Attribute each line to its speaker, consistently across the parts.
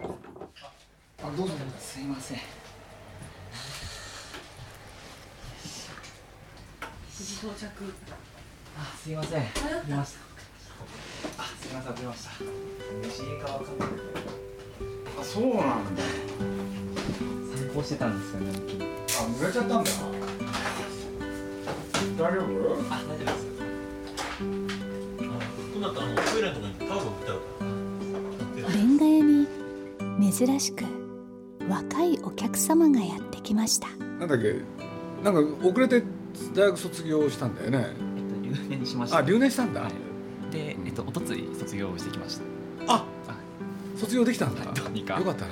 Speaker 1: あどうぞ
Speaker 2: すいません
Speaker 3: 到着
Speaker 2: あすいません出ましたあすいません出ました西川か
Speaker 1: あそうなんだ
Speaker 2: 散歩してたんですよね
Speaker 1: あ濡れちゃったんだ大
Speaker 2: あ大
Speaker 1: 丈夫
Speaker 2: 丈夫です
Speaker 4: 今だったらもうトイレのとこにタオルを置いてあるから
Speaker 5: レンガ屋に珍しく若いお客様がやってきました
Speaker 1: なんだっけなんか遅れて大学卒業したんだよね
Speaker 2: えっと留年しました
Speaker 1: あ留年したんだ、
Speaker 2: はいでえっと一昨日卒業してきました
Speaker 1: あ卒業できたんだ、
Speaker 2: どうにか
Speaker 1: よかったね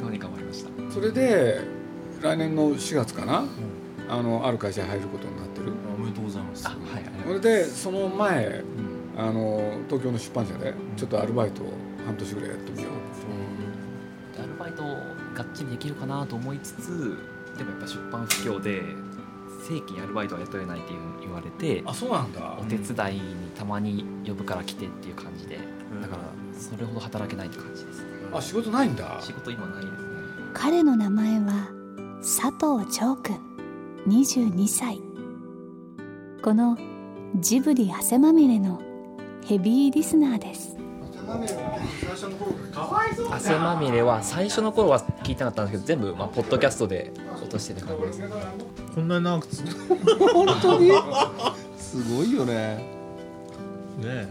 Speaker 2: どうにか終わりました
Speaker 1: それで来年の4月かな、あのある会社に入ることになってる
Speaker 4: おめでとうございます
Speaker 2: あはいありが
Speaker 1: そ
Speaker 2: とう
Speaker 1: れでその前
Speaker 2: うん
Speaker 1: あの東京の出版社でちょっとアルバイトを半年ぐらいやってみよう
Speaker 2: でアルバイトをがっちりできるかなと思いつつでもやっぱ出版不況で正規にアルバイトは雇えないっていうのを言われて
Speaker 1: あそうなんだ
Speaker 2: お手伝いにたまに呼ぶから来てっていう感じでだからそれほど働けないって感じですね
Speaker 1: あ仕事ないんだ
Speaker 2: 仕事今ないですね
Speaker 5: 彼の名前は佐藤長君22歳このジブリ汗まみれのヘビーリスナーです
Speaker 2: 汗まみれは最初の頃は聞いてなかったんですけど全部まあポッドキャストで落としてる感じです
Speaker 4: こんなに長くつね
Speaker 1: 本当に すごいよね
Speaker 4: え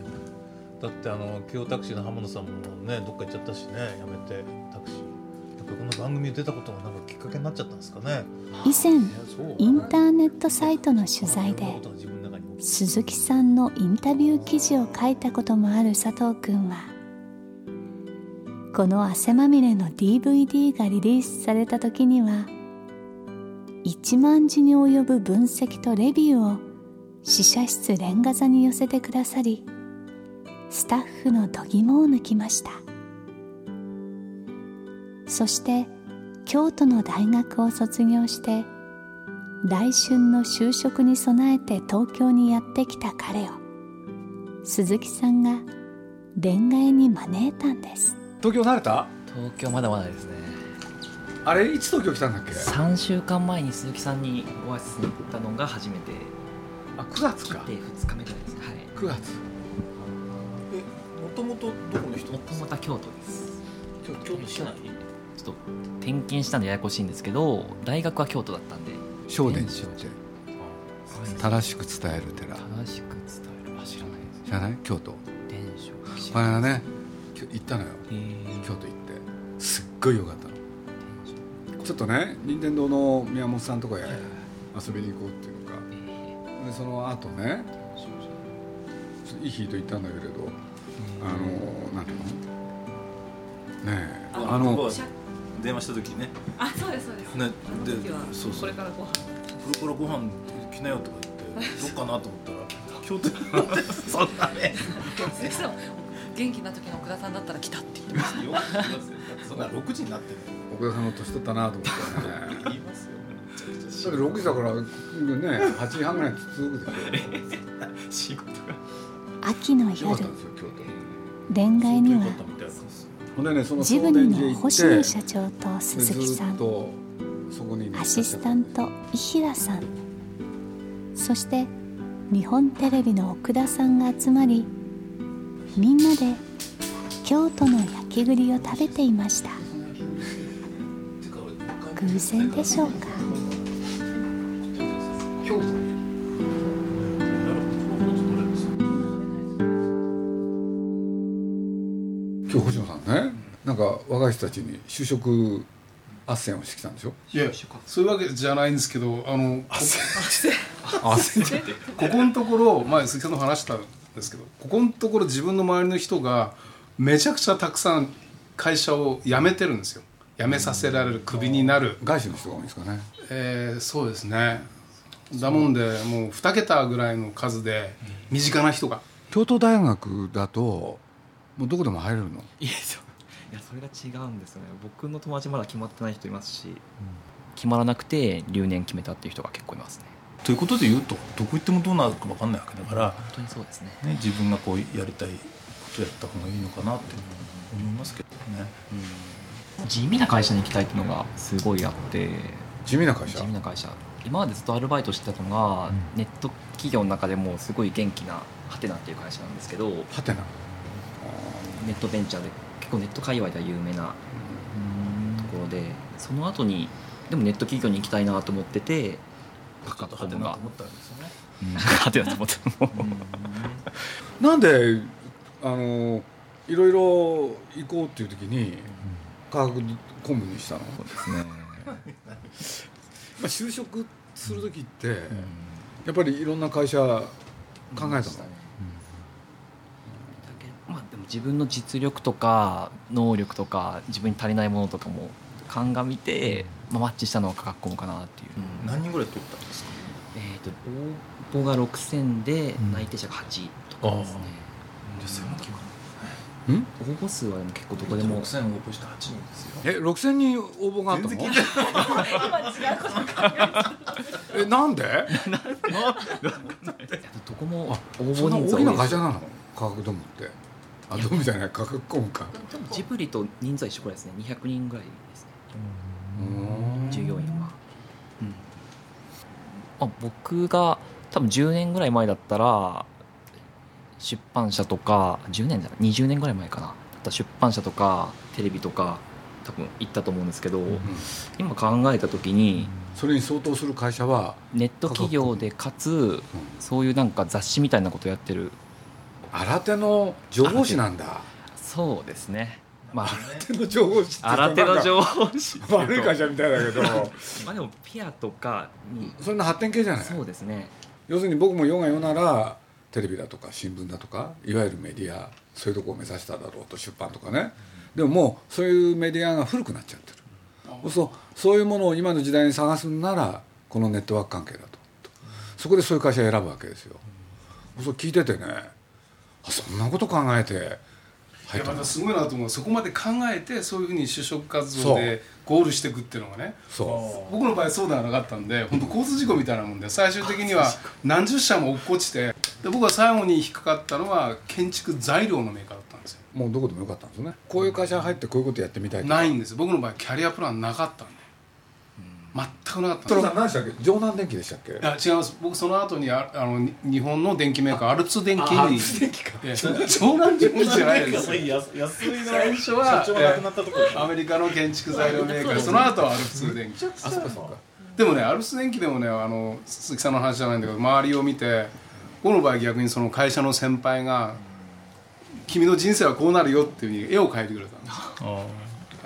Speaker 4: だってあの京タクシーの浜野さんもねどっか行っちゃったしねやめてタクシーやっぱりこの番組に出たことがなんかきっかけになっちゃったんですかね
Speaker 5: 以前
Speaker 4: そう
Speaker 5: インターネットサイトの取材で
Speaker 4: ことが自分の中に起き
Speaker 5: 鈴木さんのインタビュー記事を書いたこともある佐藤くんはこの汗まみれの DVD がリリースされた時には1万字に及ぶ分析とレビューを試写室レンガ座に寄せてくださりスタッフの度肝を抜きましたそして京都の大学を卒業して来春の就職に備えて東京にやってきた彼を鈴木さんが恋愛に招いたんです
Speaker 1: 東京慣れた
Speaker 2: 東京まだまだですね
Speaker 1: あれいつ東京来たんだっけ
Speaker 2: 3週間前に鈴木さんにお会いしに行ったのが初めて
Speaker 1: あ9月か
Speaker 2: で2日目ぐらいですねはい
Speaker 1: 9月
Speaker 4: もともとどこの人
Speaker 2: もともとは京都です
Speaker 4: 京都市内に
Speaker 2: ちょっと転勤したんでややこしいんですけど大学は京都だったんで
Speaker 1: 正殿寺って正しく伝える寺
Speaker 2: 正しく伝えるあ知らないです
Speaker 1: じゃない京都
Speaker 2: 伝承
Speaker 1: これがねきょ行ったのよ
Speaker 2: えー
Speaker 1: 京都行ってすっごい良かったのちょっとね任天堂の宮本さんとかへ遊びに行こうっていうのかでその後ねちょっといい日と行ったんだけれどあのなんていうのねえあの
Speaker 4: 電話した時ね
Speaker 3: あそうですそうです
Speaker 4: ね
Speaker 3: あの時は
Speaker 4: そう
Speaker 3: こ
Speaker 4: そ
Speaker 3: れ
Speaker 4: う
Speaker 3: からご飯
Speaker 4: これからご飯来なよとか言 ってどっかなと思ったら京都にそんなね
Speaker 3: 鈴木さん元気な時の奥田さんだったら来たって言ってまし
Speaker 4: よく聞きますよ そんな6時になってる
Speaker 1: 奥田さんの年取ったなと思ってね
Speaker 4: 言いますよ
Speaker 1: だって6時だからね8時半ぐらいに続くでしょ
Speaker 2: 仕事が
Speaker 5: 秋の
Speaker 1: よかっ
Speaker 5: 夜
Speaker 1: たんですよ京都
Speaker 5: 恋愛には
Speaker 1: ほんでねその
Speaker 5: ジブリの星野社長と鈴木さん
Speaker 1: とそこにね
Speaker 5: アシスタント伊平さんそして日本テレビの奥田さんが集まりみんなで京都の焼き栗を食べていました偶然でしょうか
Speaker 1: 今日星野さんねなんか若い人たちに就職汗をしてきたんでしょ
Speaker 6: いやそういうわけじゃないんですけどあのこ
Speaker 1: 汗
Speaker 6: ここのところ前鈴木さんの話したんですけどここのところ自分の周りの人がめちゃくちゃたくさん会社を辞めてるんですよ辞めさせられるクビになる、
Speaker 1: 外資の人が多いんですかね
Speaker 6: えーそうですねだもんでもう2桁ぐらいの数で身近な人が
Speaker 1: 京都大学だともうどこでも入れるの
Speaker 2: いやそういやそれが違うんですよね僕の友達まだ決まってない人いますし、決まらなくて留年決めたっていう人が結構いますね
Speaker 4: ということで言うとどこ行ってもどうなるか分かんないわけだから、
Speaker 2: 本当にそうですね
Speaker 4: ね、自分がこうやりたいことやった方がいいのかなって思いますけどね
Speaker 2: 地味な会社に行きたいっていうのがすごいあって
Speaker 1: 地味な会社
Speaker 2: 地味な会社今までずっとアルバイトしてたのが、ネット企業の中でもすごい元気なハテナっていう会社なんですけど
Speaker 1: ハテナ
Speaker 2: ネットベンチャーで結構ネット界隈では有名なところでその後にでもネット企業に行きたいなと思ってて
Speaker 4: ちょっと派手なと思ったわけですよね
Speaker 2: ハテナと思ってもう
Speaker 1: なんであのいろいろ行こうっていう時に科学コムにしたの、ま
Speaker 2: ですね
Speaker 1: あ、就職する時って、やっぱりいろんな会社考えたの、
Speaker 2: まあでも自分の実力とか能力とか自分に足りないものとかも鑑みて、まあ、マッチしたのが格好かなっていう、
Speaker 4: 何人ぐらい取ったんですか
Speaker 2: えっ、と応募が6000で内定者が8とかですね、
Speaker 1: うん
Speaker 2: 応募数はでも結構どこでも
Speaker 4: 6000応募して8人ですよ
Speaker 1: え6000人応募があったの
Speaker 4: 全然
Speaker 1: えなんで
Speaker 2: どこも応募
Speaker 1: そんな
Speaker 2: 人数
Speaker 1: 大
Speaker 2: は多
Speaker 1: きな
Speaker 2: いで
Speaker 1: 会
Speaker 2: す
Speaker 1: 社なの科学ドームってあドームじゃない科学コムか
Speaker 2: 多分ジブリと人数は一緒くらいですね200人ぐらいですね
Speaker 1: うん
Speaker 2: 従業員は、うんまあ、僕が多分10年ぐらい前だったら出版社とか10年じゃない20年ぐらい前かなだったら出版社とかテレビとか多分行ったと思うんですけど、今考えた時に
Speaker 1: それに相当する会社は
Speaker 2: ネット企業でかつそういうなんか雑誌みたいなことやってる
Speaker 1: 新手の情報誌なんだ
Speaker 2: そうですね ま
Speaker 1: 新手の情報誌って
Speaker 2: あ新手の
Speaker 1: 報
Speaker 2: 情報誌っていうと
Speaker 1: 悪い会社みたいだけ ど
Speaker 2: まあでもピアとかに
Speaker 1: そんな発展系じゃない
Speaker 2: そうですね
Speaker 1: 要するに僕も世が世ならテレビだとか新聞だとかいわゆるメディアそういうとこを目指しただろうと出版とかねでももうそういうメディアが古くなっちゃってるそうするとそういうものを今の時代に探すんならこのネットワーク関係だとそこでそういう会社を選ぶわけですよそう聞いててねあそんなこと考えて
Speaker 6: い
Speaker 1: 入っ
Speaker 6: や
Speaker 1: た
Speaker 6: ま
Speaker 1: んだ
Speaker 6: たすごいなと思うのはそこまで考えてそういうふうに就職活動でゴールしていくっていうのがね
Speaker 1: そ
Speaker 6: 僕の場合そうではなかったんで本当交通事故みたいなもんで最終的には何十社も落っこちてで僕は最後に引っかかったのは建築材料のメーカーだったんですよ
Speaker 1: うもうどこでもよかったんですねこういう会社に入ってこういうことやってみたいとか
Speaker 6: ないんです僕の場合キャリアプランなかったんで全くなかったんです
Speaker 1: それは何でしたっけ城南電機でしたっけ
Speaker 6: いや違います僕その後にああのに日本の電機メーカーアルツ電機に
Speaker 1: あアルツ電機か
Speaker 6: いや湘南電機 じゃないです
Speaker 4: 安安いな
Speaker 6: 最初は
Speaker 4: 社長が亡くなったところ
Speaker 6: アメリカの建築材料メーカーその後はアルプス電機
Speaker 1: あそうかそうか
Speaker 6: でもねアルプス電機でもねあの鈴木さんの話じゃないんだけど周りを見て僕の場合逆にその会社の先輩が「君の人生はこうなるよ」っていうふうに絵を描いてくれたんです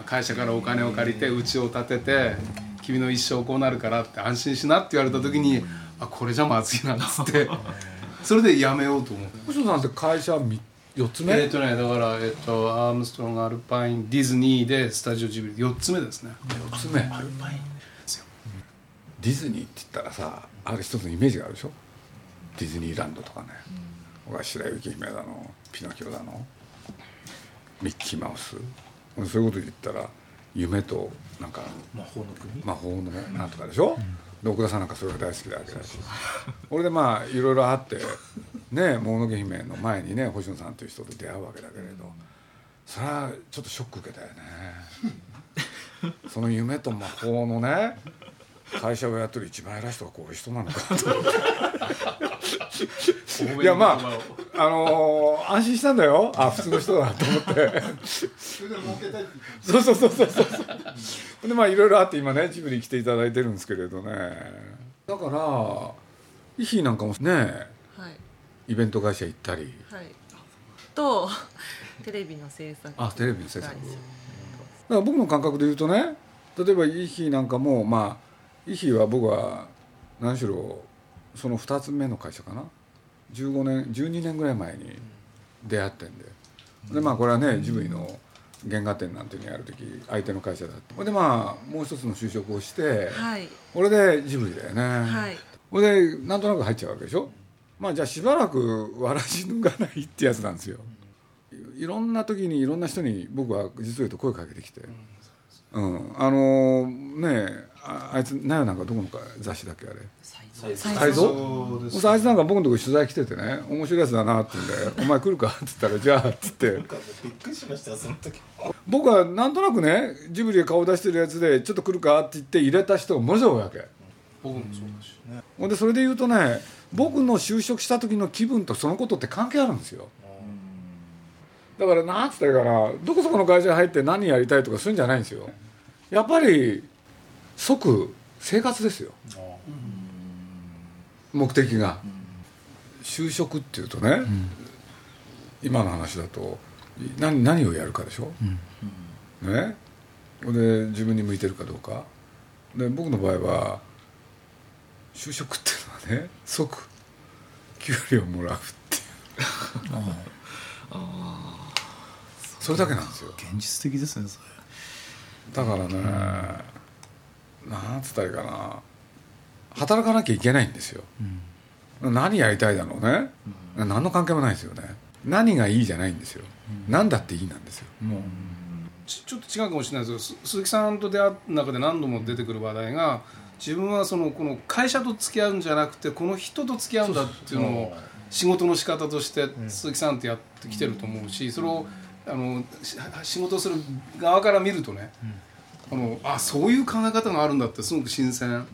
Speaker 6: 会社からお金を借りて家を建てて「君の一生こうなるから」って「安心しな」って言われた時に「あこれじゃまずいな」っつってそれでやめようと思って。
Speaker 1: 星野さんって会社み四つ目
Speaker 6: えっとね、だから、えっと、アームストロング、アルパイン、ディズニーで、スタジオジブリ、4つ目ですね。
Speaker 1: 4つ目アルパインディズニーって言ったらさある一つのイメージがあるでしょディズニーランドとかね、僕は白雪姫だのピノキオだのミッキーマウスそういうこと言ったら夢となんか
Speaker 4: 魔法の国
Speaker 1: 魔法のなんとかでしょ、で奥田さんなんかそれが大好きだわけだし俺でまあいろいろあってねもののけ姫の前にね星野さんという人と出会うわけだけれどそれはちょっとショック受けたよねその夢と魔法のね会社をやってる一番偉い人がこういう人なのかと思っていやまああのー安心したんだよあ普通の人だなと思ってそうそうそうそうそうでまあいろいろあって今ねジブリ来ていただいてるんですけれどねだからイヒなんかもね
Speaker 3: はい
Speaker 1: イベント会社行ったり
Speaker 3: はいとテレビの制作
Speaker 1: あテレビの制作
Speaker 3: はい
Speaker 1: だから僕の感覚で言うとね例えばイヒなんかもまあイヒは僕は何しろその2つ目の会社かな15年12年ぐらい前に出会ってんででまあこれはねジブリの原画展なんていうのやる時相手の会社だってほいでまあもう一つの就職をして、
Speaker 3: はい
Speaker 1: これでジブリだよね、
Speaker 3: はい
Speaker 1: これでなんとなく入っちゃうわけでしょまあじゃあしばらくわらし脱がないってやつなんですよいいろんな時にいろんな人に僕は実を言うと声かけてきて、うん、あのねえああいつなよなんかどこのか雑誌だっけあれ
Speaker 3: 才能
Speaker 1: 才能
Speaker 6: そうで
Speaker 1: そし
Speaker 6: す
Speaker 1: てあいつなんか僕のとこ取材来ててね面白いやつだなって言うんで「お前来るか?」って言ったら「じゃあ」って言って
Speaker 7: びっくりしましたよその時
Speaker 1: 僕はなんとなくねジブリで顔出してるやつで「ちょっと来るか?」って言って入れた人がものすごい多いわけ
Speaker 6: 僕もそうだしね
Speaker 1: ほんでそれで言うとね僕の就職した時の気分とそのことって関係あるんですよだからなんつったらいいかなどこそこの会社に入って何やりたいとかするんじゃないんですよやっぱり即生活ですよ目的が就職っていうとね、今の話だと何何をやるかでしょ、ねほんで自分に向いてるかどうかで僕の場合は就職っていうのはね即給料もらうっていうそれだけなんですよ
Speaker 7: 現実的ですねそ
Speaker 1: だからねなんつったらいいかな働かなきゃいけないんですよ、何やりたいだろうね、何の関係もないですよね何がいいじゃないんですよ、何だっていいなんですよ
Speaker 6: ちちょっと違うかもしれないですけどす鈴木さんと出会う中で何度も出てくる話題が自分はそのこの会社と付き合うんじゃなくてこの人と付き合うんだっていうのを仕事の仕方として鈴木さんってやってきてると思うしそれをあのし仕事する側から見るとねあのあそういう考え方があるんだってすごく新鮮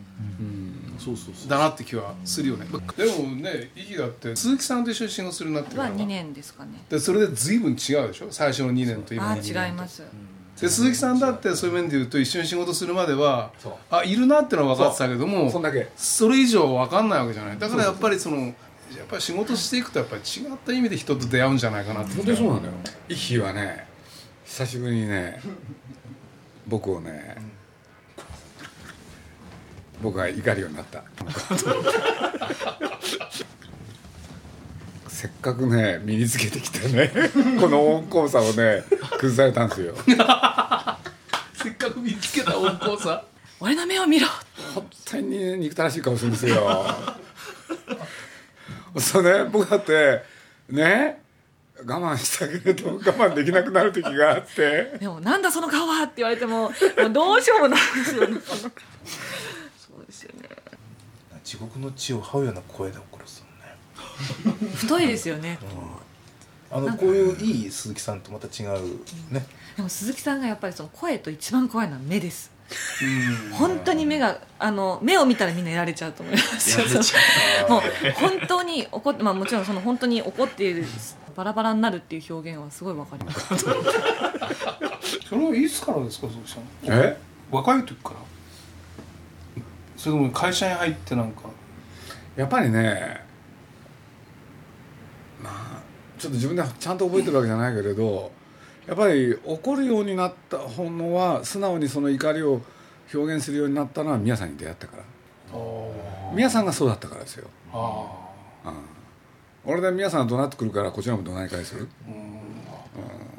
Speaker 7: そうそうそう
Speaker 6: だなって気はするよねでもね意義だって鈴木さんと一緒に仕事するようになってから
Speaker 3: は2年ですかね
Speaker 6: でそれで随分違うでしょ最初の2年と今の
Speaker 3: あ
Speaker 6: 2年
Speaker 3: ー違います
Speaker 6: で鈴木さんだってそういう面で言うと一緒に仕事するまではあいるなってのは分かってたけども
Speaker 1: そんだけ
Speaker 6: それ以上分かんないわけじゃないだからやっぱりそのやっぱり仕事していくとやっぱり違った意味で人と出会うんじゃないかなって
Speaker 1: 本当にそうなんだよイッヒーはね久しぶりにね僕をね僕が怒るようにな ったせっかくね身につけてきたねこの温厚さをね崩されたんですよ
Speaker 6: せっかく見つけた温厚さ
Speaker 3: 俺の目を見ろ
Speaker 1: 本当に憎たらしい顔するんですよそうね僕だってね我慢したけれど我慢できなくなる時があって
Speaker 3: でもなんだその顔はって言われてももうどうしようもないですよねその顔そうですよね
Speaker 7: 地獄の地を這うような声で怒るっすもんね
Speaker 3: 太いですよね
Speaker 7: あのこういういい鈴木さんとまた違うね
Speaker 3: でも鈴木さんがやっぱりその声と一番怖いのは目です本当に目があの目を見たらみんなやられちゃうと思いますよ そのもう本当に怒って、まあ、もちろんその本当に怒っているバラバラになるっていう表現はすごいわかります
Speaker 6: それはいつからですか鈴木さん
Speaker 1: え
Speaker 6: 若い時からそれとも会社に入ってなんか
Speaker 1: やっぱりねまあちょっと自分ではちゃんと覚えてるわけじゃないけれどやっぱり怒るようになったほんのは素直にその怒りを表現するようになったのは宮さんに出会ったから宮さんがそうだったからですよ
Speaker 6: あ
Speaker 1: 俺で宮さんが怒鳴ってくるからこちらも怒鳴り返すうん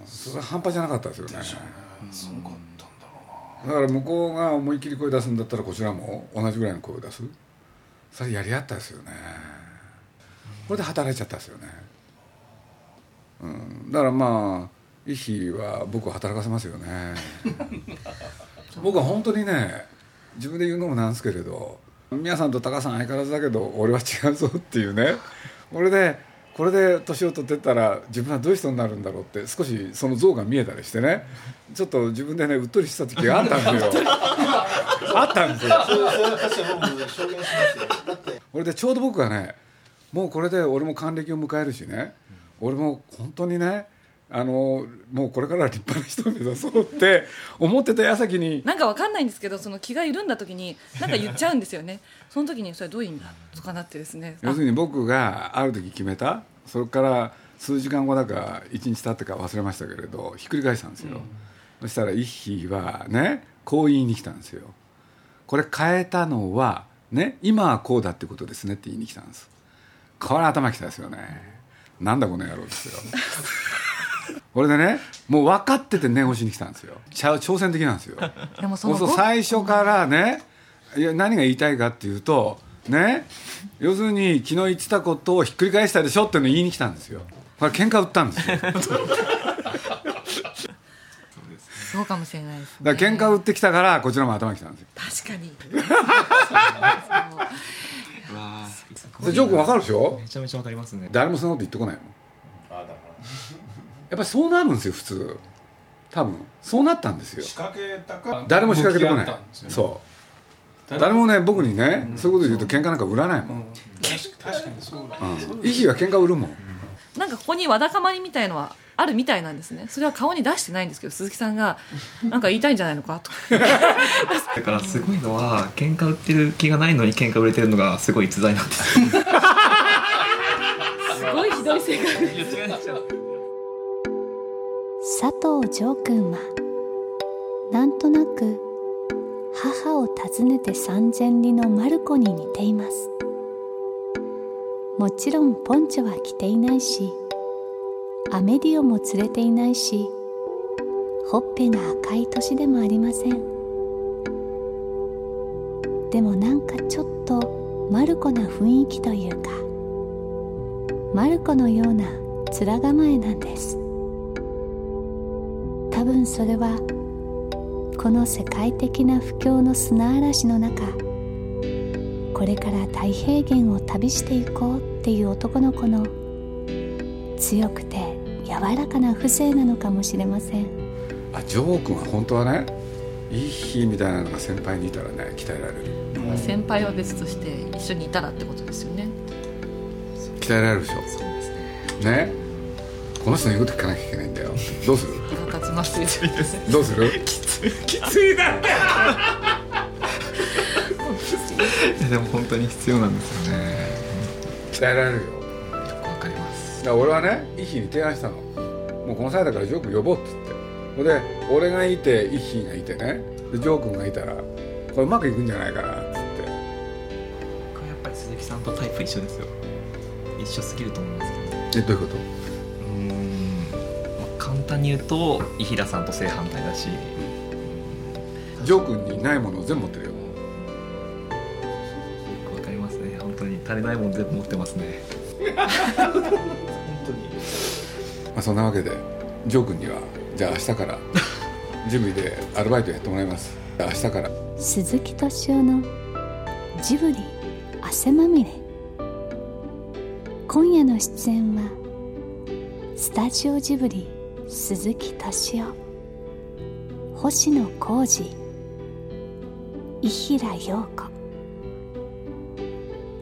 Speaker 1: それは半端じゃなかったですよね
Speaker 6: あすごかったん
Speaker 1: だ
Speaker 6: だ
Speaker 1: から向こうが思いっきり声出すんだったらこちらも同じぐらいの声を出すそれやり合ったですよねこれで働いちゃったですよね、うん、だからまあイヒは僕を働かせますよね僕は本当にね自分で言うのもなんですけれど皆さんと高さん相変わらずだけど俺は違うぞっていうね俺でこれで年を取ってったら自分はどういう人になるんだろうって少しその像が見えたりしてねちょっと自分でねうっとりしてた時があったん ですよあったんですよ
Speaker 7: そうそういう話は僕証言しますよだって
Speaker 1: 俺でちょうど僕がねもうこれで俺も還暦を迎えるしね、俺も本当にねあのもうこれからは立派な人を目指そうって思ってた矢先に
Speaker 3: なんかわかんないんですけどその気が緩んだ時になんか言っちゃうんですよねその時にそれどういうんだとかなってですね
Speaker 1: 要するに僕がある時決めたそれから数時間後だか1日経ってか忘れましたけれどひっくり返したんですよ、そしたら一匹はねこう言いに来たんですよこれ変えたのはね今はこうだってことですねって言いに来たんですこれ頭きたですよねなんだこの野郎ですよ これでねもう分かってて念押しに来たんですよちゃう挑戦的なんですよ
Speaker 3: でもそ
Speaker 1: も
Speaker 3: の
Speaker 1: うそう
Speaker 3: ご
Speaker 1: 最初からねいや何が言いたいかっていうとね要するに昨日言ってたことをひっくり返したでしょっていうのを言いに来たんですよこれ喧嘩売ったん ですよ
Speaker 3: そうかもしれないですね
Speaker 1: だから喧嘩売ってきたからこちらも頭に来たんですよ
Speaker 3: 確かに
Speaker 8: わー
Speaker 1: でジョー君わかるでしょ
Speaker 8: めちゃめちゃわかりますね
Speaker 1: 誰もそんなこと言ってこないもんやっぱりそうなるんですよ普通多分そうなったんですよ
Speaker 9: 仕掛けたから
Speaker 1: 誰も仕掛けてこない
Speaker 9: 向き合ったんですよね
Speaker 1: そう誰もね僕にね、そういうこと言うと喧嘩なんか売らないもん、
Speaker 9: 確かにそうだ
Speaker 1: うん、意義は喧嘩売るもん、
Speaker 3: なんかここにわだかまりみたいのはあるみたいなんですねそれは顔に出してないんですけど鈴木さんがなんか言いたいんじゃないのかとか
Speaker 8: だからすごいのは喧嘩売ってる気がないのに喧嘩売れてるのがすごい逸材なんです
Speaker 3: すごいひどい性格
Speaker 5: 佐藤城君はなんとなく母を訪ねて三千里のマルコに似ていますもちろんポンチョは着ていないしアメディオも連れていないしほっぺが赤い年でもありませんでもなんかちょっとマルコな雰囲気というかマルコのような面構えなんです多分それはこの世界的な不況の砂嵐の中これから太平原を旅していこうっていう男の子の強くて柔らかな風情なのかもしれません
Speaker 1: あジョー君は本当はねいい日みたいなのが先輩にいたらね鍛えられる
Speaker 3: 先輩は別として一緒にいたらってことですよね
Speaker 1: 鍛えられるでしょそうですねねこの人の言うこと聞かなきゃいけないんだよどうする
Speaker 3: 腹立ちますよ
Speaker 1: どう する
Speaker 8: ねでも本当に必要なんですよね
Speaker 1: 鍛えられるよ
Speaker 8: よくわかります
Speaker 1: だから俺はねイヒに提案したのもうこの際だからジョー君呼ぼうって言ってほんで俺がいてイヒがいてねでジョー君がいたらこれうまくいくんじゃないかなっつって
Speaker 8: 僕はやっぱり鈴木さんとタイプ一緒ですよ一緒すぎると思うんですけど
Speaker 1: えどういうこ
Speaker 8: うーん、まあ簡単に言うと伊平さんと正反対だし
Speaker 1: とジョー君にないものを全部持ってるよ
Speaker 8: よくわかりますね本当に足りないもん全部持ってますね
Speaker 1: まあ、そんなわけでジョー君にはじゃあ明日からジムでアルバイトやってもらいますじゃあ明日から
Speaker 5: 鈴木敏夫のジブリ汗まみれ今夜の出演はスタジオジブリ鈴木敏夫星野浩二伊平陽子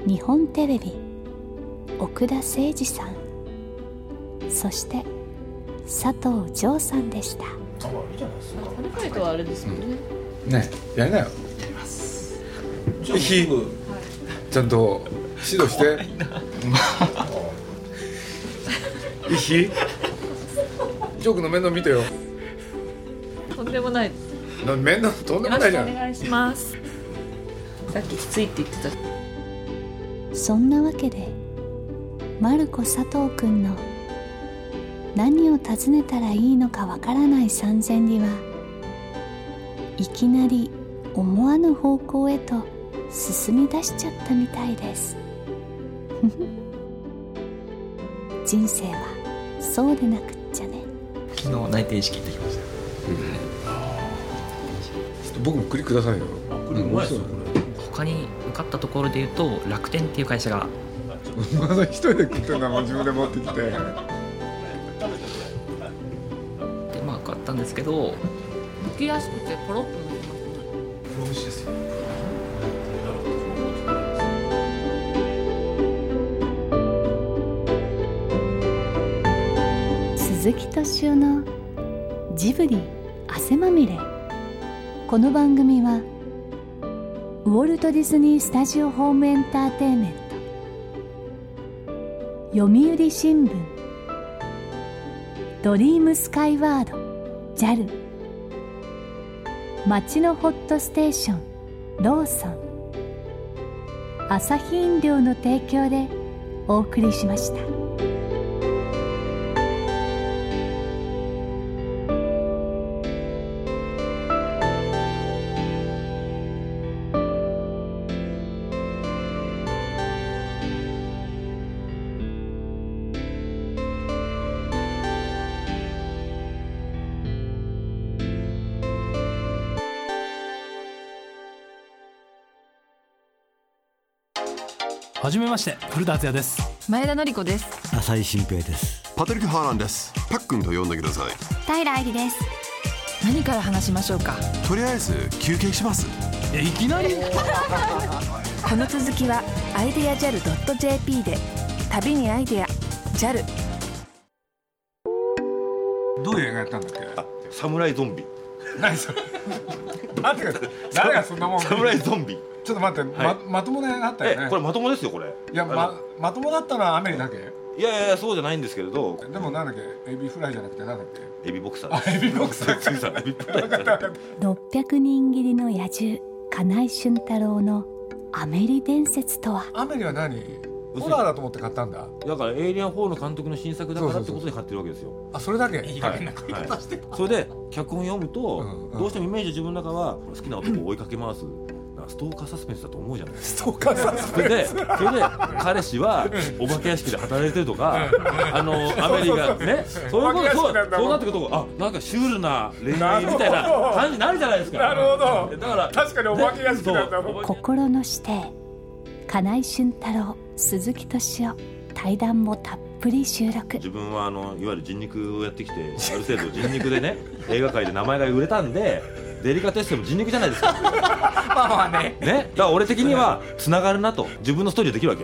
Speaker 5: 日本テレビ奥田誠二さんそして佐藤丈さんでした
Speaker 3: アルバイトはあれですよね、
Speaker 1: ねやりなよ
Speaker 4: ぜひ
Speaker 1: ちゃんと指導して いい日ジョー君の面倒見てよ
Speaker 3: とんでもないです
Speaker 1: な面倒とんで
Speaker 3: よ
Speaker 1: もな
Speaker 3: ろし
Speaker 1: いじ
Speaker 3: く
Speaker 1: ゃ
Speaker 3: お
Speaker 1: ん
Speaker 3: 願いしますさっききついって言ってた
Speaker 5: そんなわけでマルコ佐藤くんの何を尋ねたらいいのかわからない三千里はいきなり思わぬ方向へと進み出しちゃったみたいです ふふ人生はそうでなくっちゃね
Speaker 8: 昨日内定式行ってきました
Speaker 1: 僕も栗くださいよ
Speaker 4: これうまいですよこ
Speaker 2: 他に受かったところで言うと楽天っていう会社が
Speaker 1: まだ一人で食ってんだもん自分で持ってきて
Speaker 2: でまあ受かったんですけど
Speaker 3: 抜きやすくてポロッと抜けますね
Speaker 5: 鈴木敏夫の「ジブリ汗まみれ」この番組はウォルト・ディズニー・スタジオ・ホーム・エンターテインメント読売新聞ドリームスカイワード JAL 町のホットステーションローソンアサヒ飲料の提供でお送りしました。
Speaker 10: はじめまして古田敦也です
Speaker 11: 前田紀子です
Speaker 12: 浅井新平です
Speaker 13: パトリック・ハーランですパックンと呼んでください
Speaker 14: 平愛理です
Speaker 11: 何から話しましょうか
Speaker 13: とりあえず休憩します
Speaker 10: いきなり
Speaker 11: この続きはアイデア JAL.jp で旅にアイデア JAL
Speaker 1: どういう映画やったんだっけ
Speaker 13: サムライゾンビ
Speaker 1: 何それ待ってください誰がそんなもん
Speaker 13: サムライゾンビ
Speaker 1: ちょっと待って、
Speaker 13: はい
Speaker 1: ままともな映画あったよね
Speaker 13: えこれまともですよこれ
Speaker 1: いや
Speaker 13: あ
Speaker 1: ま
Speaker 13: の
Speaker 1: まともだったのはアメリだけ
Speaker 13: いやいやいやそうじゃないんですけれど
Speaker 1: でもなんだっけエビフライじゃなくてなんだっけ
Speaker 13: エビボクサー
Speaker 1: エビボクサー
Speaker 13: 鈴木さんエビボクサー
Speaker 5: 600人切りの野獣金井俊太郎のアメリ伝説とは
Speaker 1: アメリは何ホラーだと思って買ったんだ
Speaker 13: だからエイリアン4の監督の新作だからってことで買ってるわけですよ
Speaker 1: あそれだけ
Speaker 13: いはいはい、それで脚本読むと、どうしてもイメージ自分の中は好きな男を追いかけ 回すなんかストーカーサスペンスだと思うじゃないですか
Speaker 1: ストーカーサス
Speaker 13: それ
Speaker 1: ペ
Speaker 13: で
Speaker 1: ン
Speaker 13: そ
Speaker 1: ス
Speaker 13: れで彼氏はお化け屋敷で働いてるとかあのアメリカね
Speaker 1: そうそうそう
Speaker 13: そういう
Speaker 1: お
Speaker 13: ことそ
Speaker 1: 化け屋敷
Speaker 13: う
Speaker 1: なんだ
Speaker 13: そうなってくるとあなんかシュールな恋愛みたいな感じになるじゃないですか
Speaker 1: なるほど
Speaker 13: だから
Speaker 1: 確かにお化け屋敷なんだ
Speaker 13: ねそう
Speaker 5: 心の師弟金井俊太郎鈴木敏夫対談もたっぷり収録
Speaker 13: 自分はあのいわゆる人肉をやってきてある程度人肉 でね映画界で名前が売れたんでデリカテッセも人肉じゃないですか
Speaker 1: まあまあね
Speaker 13: ね、だから俺的にはつながるなと自分のストーリーできるわけ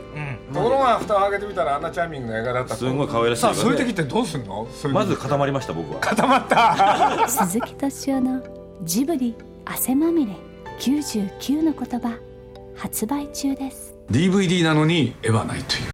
Speaker 1: ところが蓋を開けてみたらあんなチャーミングな映画だったと
Speaker 13: すんごい可愛らしい
Speaker 1: さ
Speaker 13: 映画
Speaker 1: あ
Speaker 13: で
Speaker 1: そういう時ってどうすんのそういう
Speaker 13: まず固まりました僕は
Speaker 1: 固まった
Speaker 5: 鈴木敏夫の「ジブリ汗まみれ99の言葉」発売中です
Speaker 1: DVD なのに絵はないという